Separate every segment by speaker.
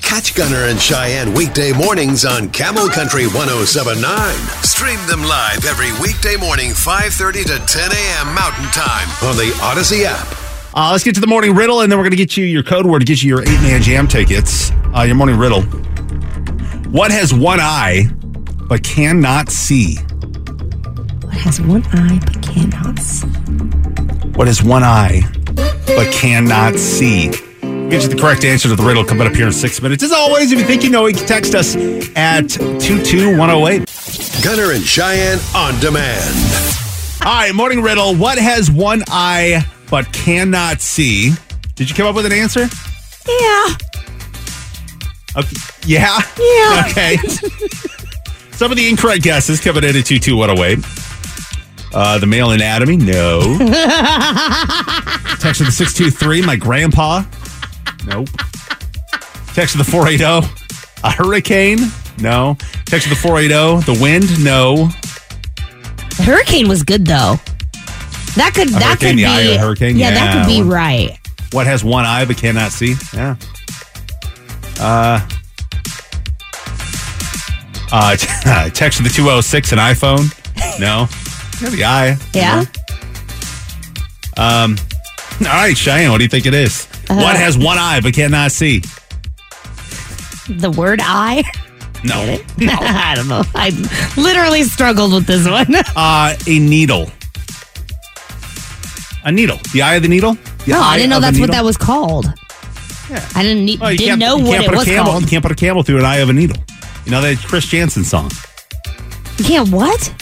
Speaker 1: Catch Gunner and Cheyenne weekday mornings on Camel Country 1079. Stream them live every weekday morning 5:30 to 10 a.m. Mountain Time on the Odyssey app.
Speaker 2: Uh, let's get to the morning riddle, and then we're going to get you your code word to get you your eight man jam tickets. Uh, your morning riddle. What has one eye but cannot see?
Speaker 3: What has one eye but cannot see?
Speaker 2: What is one eye but cannot see? We'll get you the correct answer to the riddle coming up here in six minutes. As always, if you think you know it, you can text us at 22108.
Speaker 1: Gunner and Cheyenne on demand.
Speaker 2: All right, morning riddle. What has one eye but cannot see? Did you come up with an answer?
Speaker 3: Yeah.
Speaker 2: Okay. Yeah?
Speaker 3: Yeah.
Speaker 2: Okay. Some of the incorrect guesses coming in at 22108. oh, Uh, the male anatomy, no. Text of the 623, my grandpa. Nope. Text of the 480, a hurricane. No. Text of the 480, the wind. No.
Speaker 3: The hurricane was good though. That could
Speaker 2: A
Speaker 3: that could
Speaker 2: hurricane,
Speaker 3: be
Speaker 2: the eye of the hurricane?
Speaker 3: Yeah, that
Speaker 2: Yeah,
Speaker 3: could be
Speaker 2: one-
Speaker 3: right.
Speaker 2: What has one eye but cannot see? Yeah. Uh. Uh, text of the 206, an iPhone. No. Yeah, the eye.
Speaker 3: Yeah.
Speaker 2: Um, all right, Cheyenne, what do you think it is?
Speaker 3: Uh,
Speaker 2: what has one eye but cannot see?
Speaker 3: The word eye.
Speaker 2: No.
Speaker 3: I don't know. I literally struggled with this one.
Speaker 2: Uh, a needle. A needle. The eye of the needle? The
Speaker 3: no, Oh, I
Speaker 2: eye
Speaker 3: didn't know
Speaker 2: of a
Speaker 3: that's what
Speaker 2: needle?
Speaker 3: that was called. I didn't need,
Speaker 2: Well, you can't-
Speaker 3: didn't know
Speaker 2: you
Speaker 3: what
Speaker 2: can't
Speaker 3: it
Speaker 2: put a
Speaker 3: was
Speaker 2: camel,
Speaker 3: called.
Speaker 2: You can't put a camel through an eye of a needle. You know that Chris Jansen song.
Speaker 3: You can't what?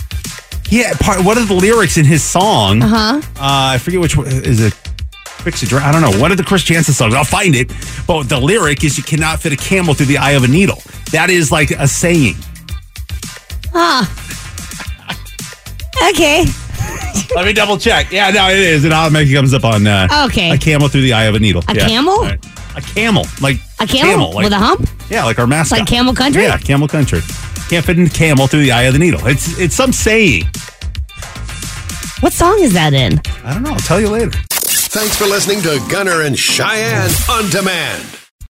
Speaker 2: Yeah, part, one of the lyrics in his song.
Speaker 3: Uh huh.
Speaker 2: Uh, I forget which one is it. Fix a dra- I don't know. One of the Chris Jansen songs. I'll find it. But the lyric is "You cannot fit a camel through the eye of a needle." That is like a saying.
Speaker 3: Ah. Okay.
Speaker 2: Let me double check. Yeah, no, it is. It automatically comes up on uh,
Speaker 3: Okay.
Speaker 2: a camel through the eye of a needle.
Speaker 3: A
Speaker 2: Yeah.
Speaker 3: camel?
Speaker 2: All right. A camel, like
Speaker 3: A camel,
Speaker 2: like,
Speaker 3: with a hump?
Speaker 2: Yeah, like our mascot.
Speaker 3: Like camel country?
Speaker 2: Yeah, camel country. Can't fit in camel through the eye of the needle. It's it's some saying.
Speaker 3: What song is that in?
Speaker 2: I don't know. I'll tell you later.
Speaker 1: Thanks for listening to Gunner and Cheyenne on demand.